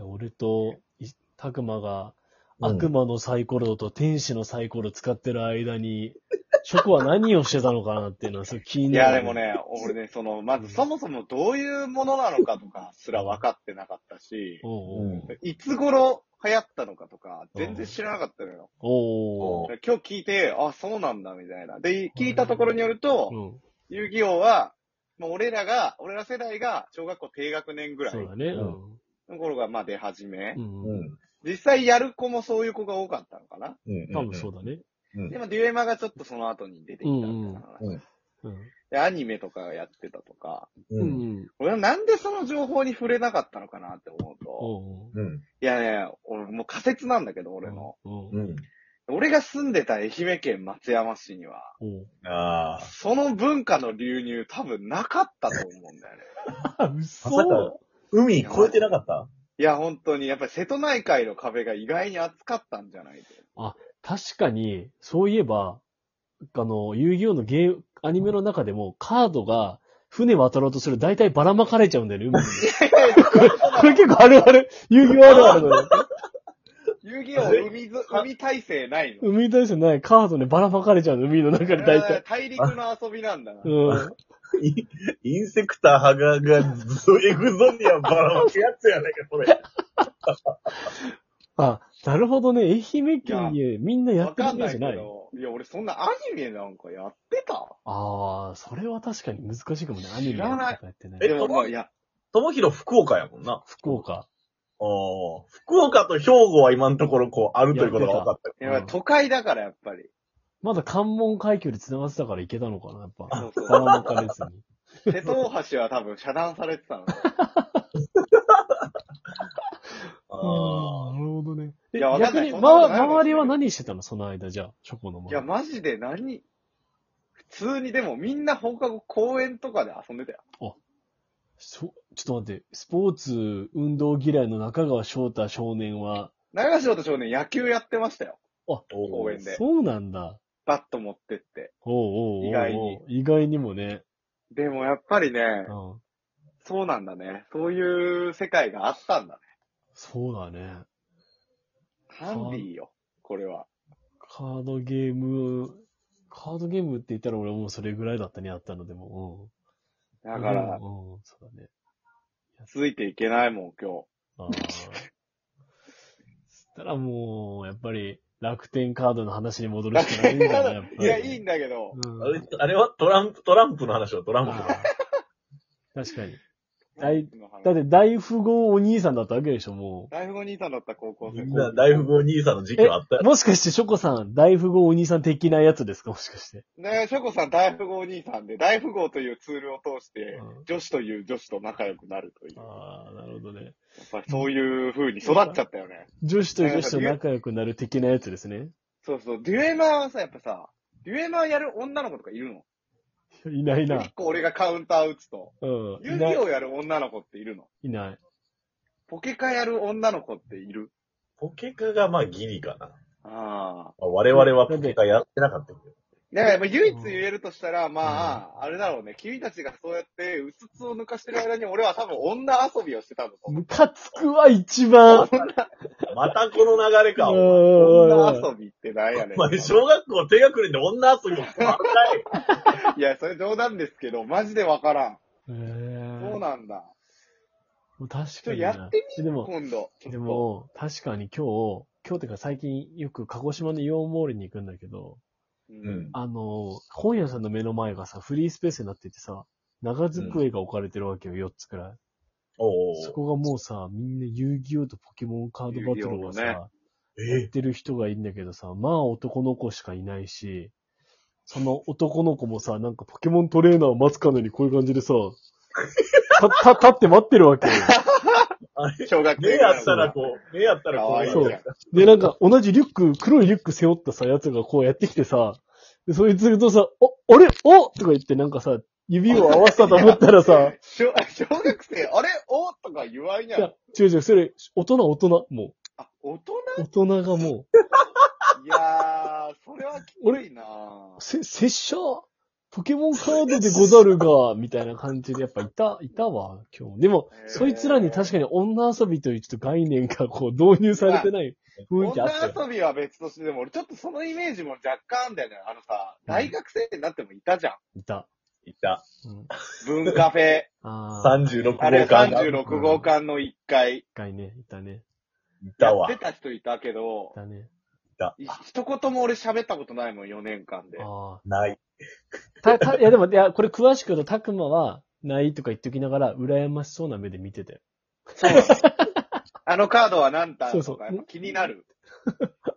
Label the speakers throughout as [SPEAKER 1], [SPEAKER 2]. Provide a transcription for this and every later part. [SPEAKER 1] 俺とい、たくまが、
[SPEAKER 2] うん
[SPEAKER 1] 悪魔のサイコロと天使のサイコロ使ってる間に、 チョコは何をしてたのかなっていうのは、それ気に
[SPEAKER 3] い
[SPEAKER 1] な
[SPEAKER 3] や、
[SPEAKER 1] る。
[SPEAKER 3] でも。ね、俺ね、その、まずそもそもどういうものなのかとかすら分かってなかったし、
[SPEAKER 1] おうおう
[SPEAKER 2] うん。
[SPEAKER 3] いつ頃流行ったのかとか、全然知らなかったのよ。
[SPEAKER 1] おうおう
[SPEAKER 3] 今日聞いて、あ、そうなんだ、みたいな。で、聞いたところによると、
[SPEAKER 1] うん。
[SPEAKER 3] 遊戯王は、もう俺らが、俺ら世代が小学校低学年ぐらい
[SPEAKER 1] そうだね。う。
[SPEAKER 2] うん
[SPEAKER 3] の頃が、まあ出始め
[SPEAKER 1] う。。
[SPEAKER 2] うん
[SPEAKER 1] うん
[SPEAKER 2] ん。
[SPEAKER 3] 実際やる子もそういう子が多かったのかな。
[SPEAKER 2] うん。
[SPEAKER 1] 多分そう
[SPEAKER 2] だ。
[SPEAKER 1] だね。
[SPEAKER 2] うん
[SPEAKER 3] でもデュエマがちょっとその後に出てきたみたいな話。
[SPEAKER 2] うんうん
[SPEAKER 1] うん。
[SPEAKER 3] で、アニメとかやってたとか。
[SPEAKER 2] う。
[SPEAKER 1] うんん。
[SPEAKER 3] 俺はなんでその情報に触れなかったのかなって思うと。
[SPEAKER 1] おう
[SPEAKER 2] うん。
[SPEAKER 3] いやね、俺もう仮説なんだけど、俺の。
[SPEAKER 1] おう
[SPEAKER 2] う。ん。
[SPEAKER 3] 俺が住んでた愛媛県松山市には、
[SPEAKER 1] おう。
[SPEAKER 2] ああ。
[SPEAKER 3] その文化の流入多分なかったと思うんだよね。
[SPEAKER 1] あ、
[SPEAKER 2] まさか
[SPEAKER 1] 嘘。、
[SPEAKER 2] 海越えてなかった
[SPEAKER 3] いや、本当に、やっぱり瀬戸内海の壁が意外に厚かったんじゃない
[SPEAKER 1] 確かに、そういえば、あの、遊戯王のゲーム、アニメの中でも、カードが、船渡ろうとする、大体ばらまかれちゃうんだよね、海に。これ結構あるある、遊戯王あるあるのよ。
[SPEAKER 3] 遊戯王海ず、海体制ないの。
[SPEAKER 1] 海に対してない、カードね、ばらまかれちゃうの、海の中で大体。
[SPEAKER 3] 大陸の遊びなんだな。
[SPEAKER 1] うん。
[SPEAKER 2] イインセクターハガがゾエグゾニアばらまくやつやないか、それ。
[SPEAKER 1] あ、なるほどね、愛媛県でみんなや
[SPEAKER 3] わ
[SPEAKER 1] ってる
[SPEAKER 3] か
[SPEAKER 1] ん
[SPEAKER 3] ん
[SPEAKER 1] じ
[SPEAKER 3] な
[SPEAKER 1] ゃ
[SPEAKER 3] いけ
[SPEAKER 1] ない
[SPEAKER 3] ど。いや、俺そんなアニメなんかやってた
[SPEAKER 1] ああ、それは確かに難しいかもね、アニメ
[SPEAKER 3] 知らない
[SPEAKER 1] とかやってね。
[SPEAKER 2] え
[SPEAKER 3] でも、まあ、いや、
[SPEAKER 2] ともひろ福岡やもんな。
[SPEAKER 1] 福岡。
[SPEAKER 2] ああ。福岡と兵庫は今のところこうあるということが分かった。
[SPEAKER 3] やっぱり都会だから、やっぱり。
[SPEAKER 1] まだ関門海峡で繋がってたから行けたのかな、やっぱ。
[SPEAKER 3] そう
[SPEAKER 1] ば
[SPEAKER 3] そ
[SPEAKER 1] ら
[SPEAKER 3] う
[SPEAKER 1] まかれずに。
[SPEAKER 3] 瀬戸大橋は多分遮断され てたの。
[SPEAKER 2] ああ
[SPEAKER 1] なるほどね。え
[SPEAKER 3] いやわかん
[SPEAKER 1] 逆
[SPEAKER 3] ない
[SPEAKER 1] に、ま
[SPEAKER 3] そんなことない
[SPEAKER 1] 周りは何してたのその間、じゃあ、チョコの
[SPEAKER 3] いや、
[SPEAKER 1] 前。
[SPEAKER 3] マジで何普通にでもみんな放課後公園とかで遊んでたよ。
[SPEAKER 1] そちょっと待って、スポーツ運動嫌いの中川翔太少年は、
[SPEAKER 3] 長城と少年野球やってましたよ。
[SPEAKER 2] お
[SPEAKER 3] 公
[SPEAKER 2] う。
[SPEAKER 3] 園で。
[SPEAKER 1] そうなんだ。
[SPEAKER 3] バット持ってって。
[SPEAKER 1] おうおうおうおう
[SPEAKER 3] 意外に。
[SPEAKER 1] 意外にもね。
[SPEAKER 3] でもやっぱりね、
[SPEAKER 1] うん。
[SPEAKER 3] そうなんだね。そういう世界があったんだね。
[SPEAKER 1] そうだね。
[SPEAKER 3] ハンディーよ、これは。
[SPEAKER 1] カードゲーム、カードゲームって言ったら俺もうそれぐらいだったね、あったのでも。うん。
[SPEAKER 3] だから
[SPEAKER 1] う、ん、うんそうだね。
[SPEAKER 3] ついていけないもん、今
[SPEAKER 1] ああ。そしたらもう、やっぱり、楽天カードの話に戻るしかないんだな、やっぱ
[SPEAKER 3] 日。
[SPEAKER 1] り。
[SPEAKER 3] いや、いいんだけど、
[SPEAKER 1] うん
[SPEAKER 2] あれあれはトランプ、トランプの話はトランプの
[SPEAKER 1] あ
[SPEAKER 2] 話。
[SPEAKER 1] ー確かに。大
[SPEAKER 3] の話
[SPEAKER 1] だって、大富豪お兄さんだったわけでしょ、も
[SPEAKER 3] 大富豪兄さんだった高校
[SPEAKER 2] み
[SPEAKER 3] 生。
[SPEAKER 2] んな大富豪兄さんの時期はあったよ
[SPEAKER 1] う。。もしかして、ショコさん、大富豪お兄さん的なやつですかもしかして。
[SPEAKER 3] ねショコさん大富豪兄さんで、大富豪というツールを通して、
[SPEAKER 1] うん
[SPEAKER 3] 女子という女子と仲良くなるという。や
[SPEAKER 1] ああ、なるほどね。
[SPEAKER 3] っぱりそういう風に育っちゃったよね。
[SPEAKER 1] 女子と女子と仲良くなる的なやつですね。
[SPEAKER 3] そうそう、デュエマーはさ、やっぱさ、デュエマーやる女の子とかいるの
[SPEAKER 1] いないな
[SPEAKER 3] 一。個俺がカウンター打つと。
[SPEAKER 1] うん。
[SPEAKER 3] 遊
[SPEAKER 1] いない
[SPEAKER 3] 戯。王やる女の子っているの
[SPEAKER 1] いない。
[SPEAKER 3] ポケカやる女の子っている
[SPEAKER 2] ポケカがまあギリかな。
[SPEAKER 3] ああ。
[SPEAKER 2] まあ我々はポケカやってなかったけど。
[SPEAKER 3] だからまあ唯一言えるとしたら、まあ、あれだろうね。君たちがそうやって、うつつを抜かしてる間に俺は多分女遊びをしてたんだと思う。
[SPEAKER 1] ムカつくわ、一番。
[SPEAKER 2] またこの流れか。お
[SPEAKER 1] 女
[SPEAKER 3] 女遊びってなんやねん。
[SPEAKER 2] 前、小学校低学年で女遊びもまたい。
[SPEAKER 3] いや、それ冗談ですけど、マジでわからん。
[SPEAKER 1] え
[SPEAKER 3] そうなんだ。
[SPEAKER 1] もう確かに
[SPEAKER 3] ちょ
[SPEAKER 1] な。
[SPEAKER 3] っとやって
[SPEAKER 1] でも、
[SPEAKER 3] 今度。ちょっと
[SPEAKER 1] で、も、確かに今日、今日ってか最近よく鹿児島のイオンモールに行くんだけど、
[SPEAKER 3] う
[SPEAKER 2] うんん。
[SPEAKER 1] あの、本屋さんの目の前がさ、フリースペースになっててさ、長机が置かれてるわけよ、4つくらい。
[SPEAKER 2] おう
[SPEAKER 1] そ
[SPEAKER 2] おう
[SPEAKER 1] こがもうさ、みんな遊戯王とポケモンカードバトルをさ、
[SPEAKER 3] 遊戯王
[SPEAKER 1] やっ
[SPEAKER 2] え
[SPEAKER 1] てる人がいるんだけどさ、まあ男の子しかいないし、その男の子もさ、なんかポケモントレーナーを待つかのようにこういう感じでさ、た、た、立って待ってるわけよ。
[SPEAKER 2] あれ
[SPEAKER 3] 小学
[SPEAKER 2] 目
[SPEAKER 3] 生
[SPEAKER 2] やったらこう、目やったらこ
[SPEAKER 3] 可
[SPEAKER 2] う
[SPEAKER 3] 愛い
[SPEAKER 2] や
[SPEAKER 3] じゃん。
[SPEAKER 1] そ
[SPEAKER 2] る
[SPEAKER 1] うで、なんか同じリュック、黒いリュック背負ったさ、やつがこうやってきてさ、で、そいつとさ、お、あれおとか言ってなんかさ、指を合わせたと思ったらさ、
[SPEAKER 3] 小小学生、あれおとか言わんや
[SPEAKER 1] いや
[SPEAKER 3] ん。、
[SPEAKER 1] 違う違う、それ、大人、大人、も
[SPEAKER 3] あ、大人
[SPEAKER 1] う、大人がもう、
[SPEAKER 3] いやー、それはきついなぁ
[SPEAKER 1] せ、拙者、ポケモンカードでござるが、みたいな感じでやっぱいた、いたわ、今日。でも、そいつらに確かに女遊びというちょっと概念がこう導入されてない雰囲気あったよ。
[SPEAKER 3] 女遊びは別として、でも俺ちょっとそのイメージも若干あんだよね。あのさ、大学生になってもいたじゃん。
[SPEAKER 1] いた。
[SPEAKER 2] いた。
[SPEAKER 1] うん、
[SPEAKER 3] 文カフェ。
[SPEAKER 1] ああ、
[SPEAKER 2] 36号
[SPEAKER 3] あれ
[SPEAKER 2] 館が
[SPEAKER 3] 36号館の1階。
[SPEAKER 1] 一回ね、いたね、
[SPEAKER 2] い
[SPEAKER 3] や
[SPEAKER 2] た
[SPEAKER 3] っ
[SPEAKER 2] わ
[SPEAKER 3] て。た人いたけど
[SPEAKER 1] い、たね。
[SPEAKER 3] い一言も俺喋ったことないもん、4年間で。
[SPEAKER 1] あ
[SPEAKER 2] ない。
[SPEAKER 1] あ。た、た、いやでも、いや、これ詳しく言うと、たくまは、ないとか言っておきながら、羨ましそうな目で見てたよ。
[SPEAKER 3] そう。 あのカードは何た
[SPEAKER 1] そう
[SPEAKER 3] と
[SPEAKER 1] そう
[SPEAKER 3] かやっぱ気になる。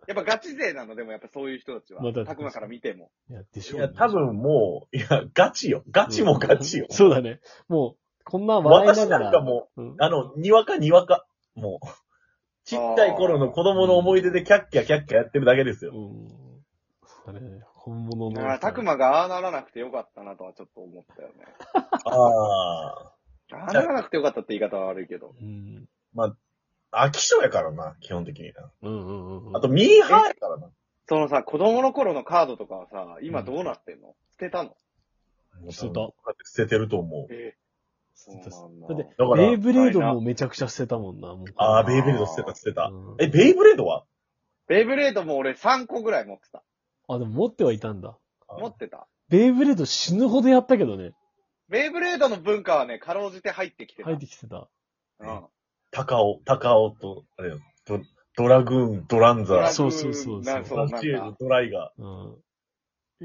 [SPEAKER 3] やっぱガチ勢なのでもやっぱそういう人たちは
[SPEAKER 1] まあだっ。て
[SPEAKER 3] たくまから見ても。
[SPEAKER 1] いや、でし
[SPEAKER 2] い
[SPEAKER 1] ょう、
[SPEAKER 2] や、多分もう、いや、ガチよ。ガチもガチよ。
[SPEAKER 1] そうだね。もう、こんな笑いな
[SPEAKER 2] 私
[SPEAKER 1] が。
[SPEAKER 2] なんからも
[SPEAKER 1] うん
[SPEAKER 2] う、あの、にわかにわか。もう、ちっちゃい頃の子供の思い出でキャッキャキャッキャやってるだけですよ。
[SPEAKER 1] うん。そうだね。本物
[SPEAKER 3] だから、
[SPEAKER 1] の。
[SPEAKER 3] たくまがああならなくてよかったなとはちょっと思ったよね。
[SPEAKER 2] ああ。
[SPEAKER 3] ああならなくてよかったって言い方は悪いけど。
[SPEAKER 1] うん。
[SPEAKER 2] 飽き性やからな、基本的にな。
[SPEAKER 1] うんうんうんうん。
[SPEAKER 2] あと、ミーハーやからな。
[SPEAKER 3] そのさ、子供の頃のカードとかはさ、今どうなってんの、捨てたの
[SPEAKER 1] 捨てた。
[SPEAKER 2] 捨ててると思う。
[SPEAKER 3] ええ。そ
[SPEAKER 1] 捨
[SPEAKER 3] う
[SPEAKER 1] てた
[SPEAKER 3] なんだ。
[SPEAKER 1] だって
[SPEAKER 2] だか
[SPEAKER 1] ベイ
[SPEAKER 2] ら、
[SPEAKER 1] ブレードもめちゃくちゃ捨てたもんな、もう。
[SPEAKER 2] ああ、ベイブレード捨てた、捨てた。
[SPEAKER 1] うん
[SPEAKER 2] え、ベイブレードは
[SPEAKER 3] ベイブレードも俺3個ぐらい持ってた。
[SPEAKER 1] あ、でも持ってはいたんだ。
[SPEAKER 3] 持ってた。
[SPEAKER 1] ベイブレード死ぬほどやったけどね。
[SPEAKER 3] ベイブレードの文化はね、かろうじて入ってきてた。
[SPEAKER 1] 入ってきてた。
[SPEAKER 3] うん。
[SPEAKER 2] 高尾、高尾と、あれよ、ドドラグーン、ドランザ
[SPEAKER 3] ドラ
[SPEAKER 2] ー、
[SPEAKER 1] そうそうそうそう
[SPEAKER 3] なんか
[SPEAKER 2] ド
[SPEAKER 3] そ
[SPEAKER 2] ラ
[SPEAKER 3] うなんか
[SPEAKER 2] チュール、ドライガ
[SPEAKER 1] うん。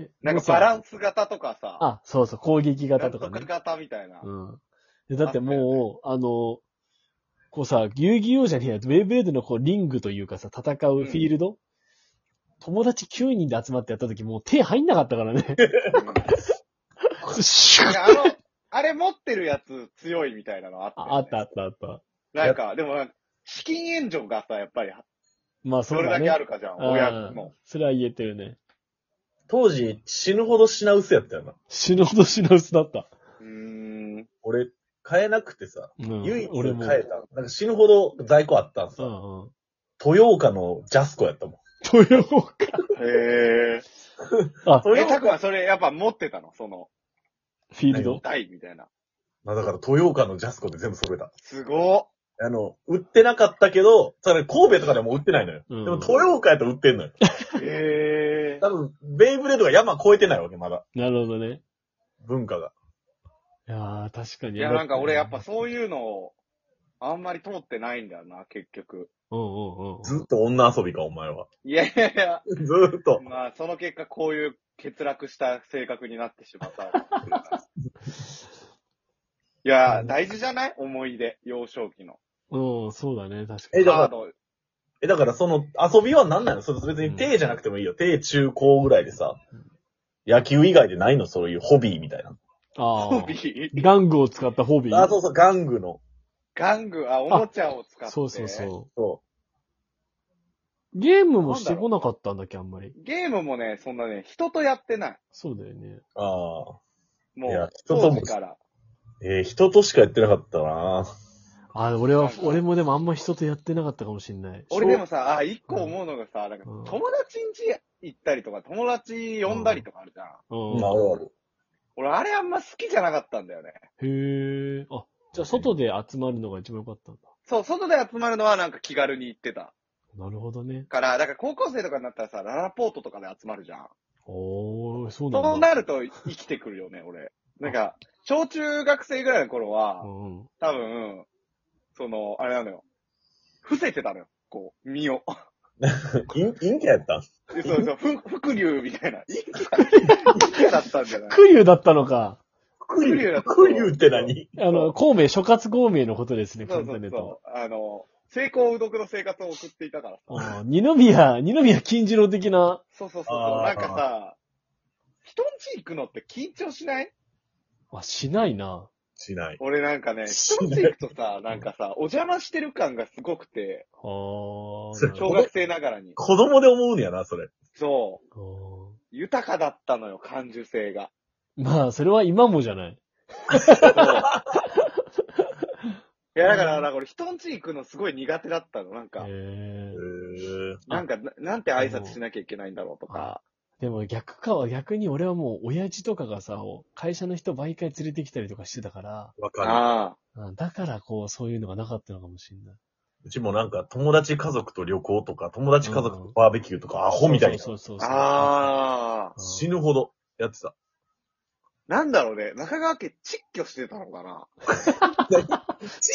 [SPEAKER 1] え
[SPEAKER 3] なんかバラ
[SPEAKER 1] ス
[SPEAKER 3] ンス型とかさ、
[SPEAKER 1] あ、そうそう、攻撃
[SPEAKER 3] な
[SPEAKER 1] 型
[SPEAKER 3] ん
[SPEAKER 1] と
[SPEAKER 3] と
[SPEAKER 1] か
[SPEAKER 3] か
[SPEAKER 1] ね。
[SPEAKER 3] 型みたいな。
[SPEAKER 1] うん。でだってもう、あの、こうさ、遊戯王じゃねえや、ウェイブレードのこう、リングというかさ、戦うフィールド、友達9人で集まってやった時もう手入んなかったから ね。シュ
[SPEAKER 3] い
[SPEAKER 1] ッ
[SPEAKER 3] やあの、あれ持ってるやつ強いみたいなのあったよね、
[SPEAKER 1] ああったあったあった。
[SPEAKER 3] なんか、でもなんか、資金援助がさ、やっぱり、
[SPEAKER 1] まあそ
[SPEAKER 3] そうれ
[SPEAKER 1] だ
[SPEAKER 3] だ
[SPEAKER 1] ね。
[SPEAKER 3] けあるかじゃん、
[SPEAKER 1] うん
[SPEAKER 3] 親も。
[SPEAKER 1] それは言えてるね。
[SPEAKER 2] ー。当時、死ぬほど品薄やったよな。
[SPEAKER 1] 死ぬほど品薄だった。
[SPEAKER 3] うーん。
[SPEAKER 2] 俺、買えなくてさ、
[SPEAKER 1] うん。
[SPEAKER 2] 唯一買
[SPEAKER 1] 俺も。
[SPEAKER 2] えた。なんか死ぬほど在庫あったん
[SPEAKER 1] う
[SPEAKER 2] さ。
[SPEAKER 1] んうん。
[SPEAKER 2] 豊岡のジャスコやったもん。
[SPEAKER 1] 豊岡。
[SPEAKER 3] へえ。
[SPEAKER 1] あ、フ
[SPEAKER 3] え、
[SPEAKER 2] 豊
[SPEAKER 3] たく
[SPEAKER 2] 岡、
[SPEAKER 3] まそれやっぱ持ってたのその、
[SPEAKER 1] ィールド。
[SPEAKER 3] 台みたいな。
[SPEAKER 2] まあだから豊岡のジャスコで全部揃えた。
[SPEAKER 3] すご
[SPEAKER 2] あの、売ってなかったけど、ただ神戸とかでも売ってないのよ。
[SPEAKER 1] うん
[SPEAKER 2] でも豊岡やったら売ってんのよ。
[SPEAKER 3] っ。へえ
[SPEAKER 2] 多。分、ベイブレードが山越えてないわけ、まだ。
[SPEAKER 1] なるほどね。
[SPEAKER 2] 文化が。
[SPEAKER 1] いやー、確かに。
[SPEAKER 3] いや、なんか俺やっぱそういうのを、あんまり通ってないんだよな、結局。
[SPEAKER 1] うんうんうんうん。
[SPEAKER 2] ずっと女遊びか、お前は。
[SPEAKER 3] いやいやいや、
[SPEAKER 2] ずーっと。
[SPEAKER 3] まあ、その結果こういう欠落した性格になってしまった。いや、大事じゃない思い出、幼少期の。
[SPEAKER 1] うん、そうだね、確か
[SPEAKER 2] え、
[SPEAKER 1] に。
[SPEAKER 2] だ
[SPEAKER 3] カー
[SPEAKER 2] から、
[SPEAKER 3] ド、
[SPEAKER 2] え、だからその遊びは何なのそれ別に低じゃなくてもいいよ。低、中、高ぐらいでさ。野球以外でないのそういうホビーみたいな。
[SPEAKER 1] あ
[SPEAKER 3] ホ
[SPEAKER 1] あ。
[SPEAKER 3] ビー、
[SPEAKER 1] 玩具を使ったホビー。
[SPEAKER 2] あ、そうそう、玩具の。
[SPEAKER 3] 玩具、あ、おもちゃを使って。
[SPEAKER 1] そうそうそ。
[SPEAKER 2] そう
[SPEAKER 1] ゲームもしてこなかったんだっけ、あんまり。
[SPEAKER 3] ゲームもね、そんなね、人とやってない。
[SPEAKER 1] そうだよね。
[SPEAKER 2] う。ああ。
[SPEAKER 3] も
[SPEAKER 2] いや
[SPEAKER 3] う、
[SPEAKER 2] 人と
[SPEAKER 3] 当
[SPEAKER 2] も
[SPEAKER 3] 時から。
[SPEAKER 2] えー人としかやってなかったな
[SPEAKER 1] あ、俺は
[SPEAKER 3] なん、か
[SPEAKER 1] 俺もでもあんま人とやってなかったかもしんない。
[SPEAKER 3] 俺でも
[SPEAKER 1] 小、
[SPEAKER 3] さ、あ、一個思うのがさ、なんか
[SPEAKER 1] うん
[SPEAKER 3] 友達ん家行ったりとか、友達呼んだりとかあるじゃん。
[SPEAKER 1] うん。
[SPEAKER 2] まあ、ある
[SPEAKER 3] 俺、あれあんま好きじゃなかったんだよね。
[SPEAKER 1] へえ。あ、じゃあ外で集まるのが一番良かったんだ。
[SPEAKER 3] そう、外で集まるのはなんか気軽に行ってた。
[SPEAKER 1] なるほどね。
[SPEAKER 3] から、だから高校生とかになったらさ、ララポートとかで集まるじゃん。
[SPEAKER 1] おー、そう
[SPEAKER 3] そ
[SPEAKER 1] な
[SPEAKER 3] うん
[SPEAKER 1] だ。
[SPEAKER 3] なると生きてくるよね、俺。なんか、小中学生ぐらいの頃は
[SPEAKER 1] う、んうん。
[SPEAKER 3] 多分、その、あれなのよ。伏せてたのよ。こう、身を。
[SPEAKER 2] ある。 陰陰キャやったん
[SPEAKER 3] でそうそう、ふ、伏流みたいな。陰キャ陰キャだったんじゃない
[SPEAKER 1] クリュだったのか。
[SPEAKER 2] クリュ
[SPEAKER 3] だ
[SPEAKER 2] ー。
[SPEAKER 3] った
[SPEAKER 2] クリューって何
[SPEAKER 1] あの、孔明、諸葛孔明のことです ね、
[SPEAKER 3] そ
[SPEAKER 1] 簡
[SPEAKER 3] うそ
[SPEAKER 1] 単
[SPEAKER 3] う
[SPEAKER 1] に言うと。
[SPEAKER 3] そう。あの、成功うどくの生活を送っていたからさ。
[SPEAKER 1] あー二宮、二宮金次郎的な。
[SPEAKER 3] そうそうそうそう。
[SPEAKER 2] あー
[SPEAKER 3] なんかさ、人ん家行くのって緊張しない
[SPEAKER 1] あ、しないな。
[SPEAKER 2] しない。
[SPEAKER 3] 俺なんかね、
[SPEAKER 2] し
[SPEAKER 3] 人
[SPEAKER 2] ない
[SPEAKER 3] ん家行くとさ、なんかさ、お邪魔してる感がすごくて、
[SPEAKER 1] あー
[SPEAKER 2] それ
[SPEAKER 1] なる
[SPEAKER 3] 小
[SPEAKER 1] ほ
[SPEAKER 3] 学生ながらに。
[SPEAKER 2] 子供で思うんやな、それ。
[SPEAKER 3] そう。
[SPEAKER 1] ど
[SPEAKER 3] 豊かだったのよ、感受性が。
[SPEAKER 1] あーまあ、それは今もじゃない。
[SPEAKER 3] いや、だから、なんか俺、人ん家行くのすごい苦手だったの。なんか、
[SPEAKER 1] へえ
[SPEAKER 2] へー
[SPEAKER 3] なんか、ななんて挨拶しなきゃいけないんだろうとか。
[SPEAKER 1] でも逆かは、逆に俺はもう親父とかがさ、会社の人毎回連れてきたりとかしてたから、
[SPEAKER 2] わか
[SPEAKER 3] あ
[SPEAKER 1] うんだからこう、そういうのがなかったのかもしれない。
[SPEAKER 2] る。うちもなんか友達家族と旅行とか、友達家族とバーベキューとか、アホみたいな。
[SPEAKER 1] そうそう
[SPEAKER 3] あ。
[SPEAKER 1] そうそう。
[SPEAKER 3] ああ。
[SPEAKER 1] うん
[SPEAKER 2] 死ぬほどやってた。
[SPEAKER 3] なんだろうね。中川家窒居してたのかな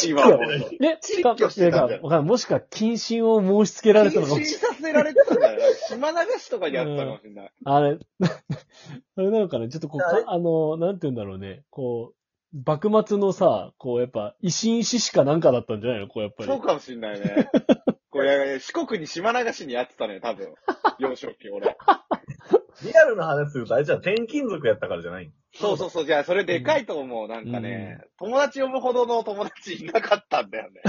[SPEAKER 3] 今
[SPEAKER 1] 居
[SPEAKER 3] も
[SPEAKER 1] は。ね、
[SPEAKER 3] 知
[SPEAKER 1] か、
[SPEAKER 3] 識をしてたん
[SPEAKER 1] か
[SPEAKER 3] だよ
[SPEAKER 1] わかんないもしくは、謹慎を申し付けられたのかも
[SPEAKER 3] 禁止
[SPEAKER 1] しれない。
[SPEAKER 3] させられてたんだよね。島流しとかにあったかもしれない。
[SPEAKER 1] あれ、 あれなのかなちょっとこう
[SPEAKER 2] あ
[SPEAKER 1] か
[SPEAKER 2] れ、
[SPEAKER 1] あの、なんて言うんだろうね。こう、幕末のさ、こう、やっぱ、維新志士かなんかだったんじゃないのこう、やっぱり。
[SPEAKER 3] そうかもしんないね。これ、四国に島流しにやってたね、多分。幼少期、俺。
[SPEAKER 2] リアルな話すると、あれじゃん転勤族やったからじゃない
[SPEAKER 3] そうそうそう、じゃあそれでかいと思う。なんかね、友達呼ぶほどの友達いなかったんだよね。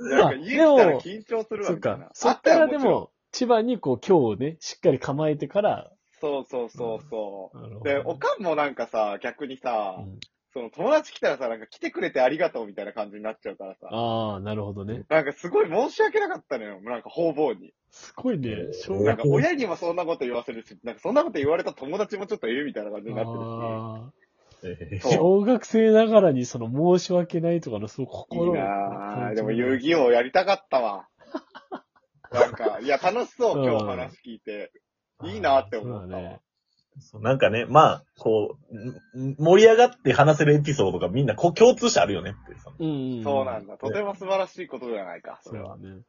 [SPEAKER 3] なんか家来たら緊張するわ
[SPEAKER 1] そっ
[SPEAKER 3] みたい
[SPEAKER 1] か
[SPEAKER 3] な。。
[SPEAKER 1] そっからで
[SPEAKER 3] あたよ
[SPEAKER 1] も、千葉にこう、今日をね、しっかり構えてから、
[SPEAKER 3] ちろん。そうそうそうそ
[SPEAKER 1] あの
[SPEAKER 3] う。で、おかんもなんかさ、逆にさ、
[SPEAKER 1] うん
[SPEAKER 3] その友達来たらさ、なんか来てくれてありがとうみたいな感じになっちゃうからさ、
[SPEAKER 1] ああ、なるほどね。
[SPEAKER 3] なんかすごい申し訳なかったのよ。なんか方々に。
[SPEAKER 1] すごいね。小
[SPEAKER 3] なん
[SPEAKER 1] 学
[SPEAKER 3] か親にもそんなこと言わせるし、なんかそんなこと言われた友達もちょっといるみたいな感じになってる
[SPEAKER 1] あ
[SPEAKER 2] え
[SPEAKER 3] し。
[SPEAKER 1] ー
[SPEAKER 3] そう。
[SPEAKER 1] 小学生ながらにその申し訳ないとかの、そう、
[SPEAKER 3] いい
[SPEAKER 1] 心
[SPEAKER 3] なぁ。でも遊
[SPEAKER 1] 勇気
[SPEAKER 3] 戯王やりたかったわ。 なんか、いや、楽しそうう、
[SPEAKER 1] ん
[SPEAKER 3] 今日話聞いて。いいなって思ったわ。
[SPEAKER 2] そうなんかね、まあ、こう、んん盛り上がって話せるエピソードがみんなこう共通してあるよねっていうさ。
[SPEAKER 1] うんうんうん。
[SPEAKER 3] そうなんだ。とても素晴らしいことじゃないか、そ
[SPEAKER 1] そう
[SPEAKER 3] れ
[SPEAKER 1] だ
[SPEAKER 3] は。
[SPEAKER 1] ね。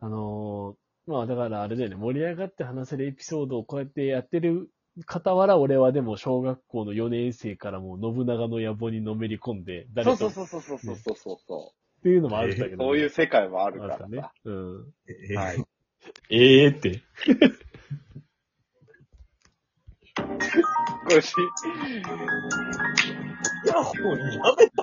[SPEAKER 1] あのーまあだからあれだよね、盛り上がって話せるエピソードをこうやってやってる傍ら、俺はでも小学校の4年生からもう信長の野望にのめり込んで、誰
[SPEAKER 3] そう
[SPEAKER 1] と
[SPEAKER 3] そう
[SPEAKER 1] っ
[SPEAKER 3] そうそうそうそうそうそう
[SPEAKER 1] ていうのもあるんだけど、
[SPEAKER 3] そういう
[SPEAKER 1] う、
[SPEAKER 3] 世界もある
[SPEAKER 1] ある
[SPEAKER 3] から
[SPEAKER 1] か
[SPEAKER 3] さ
[SPEAKER 1] ら。ね。うん。
[SPEAKER 2] え
[SPEAKER 3] はい。
[SPEAKER 1] ええって。
[SPEAKER 3] これし
[SPEAKER 2] いや、もうやめた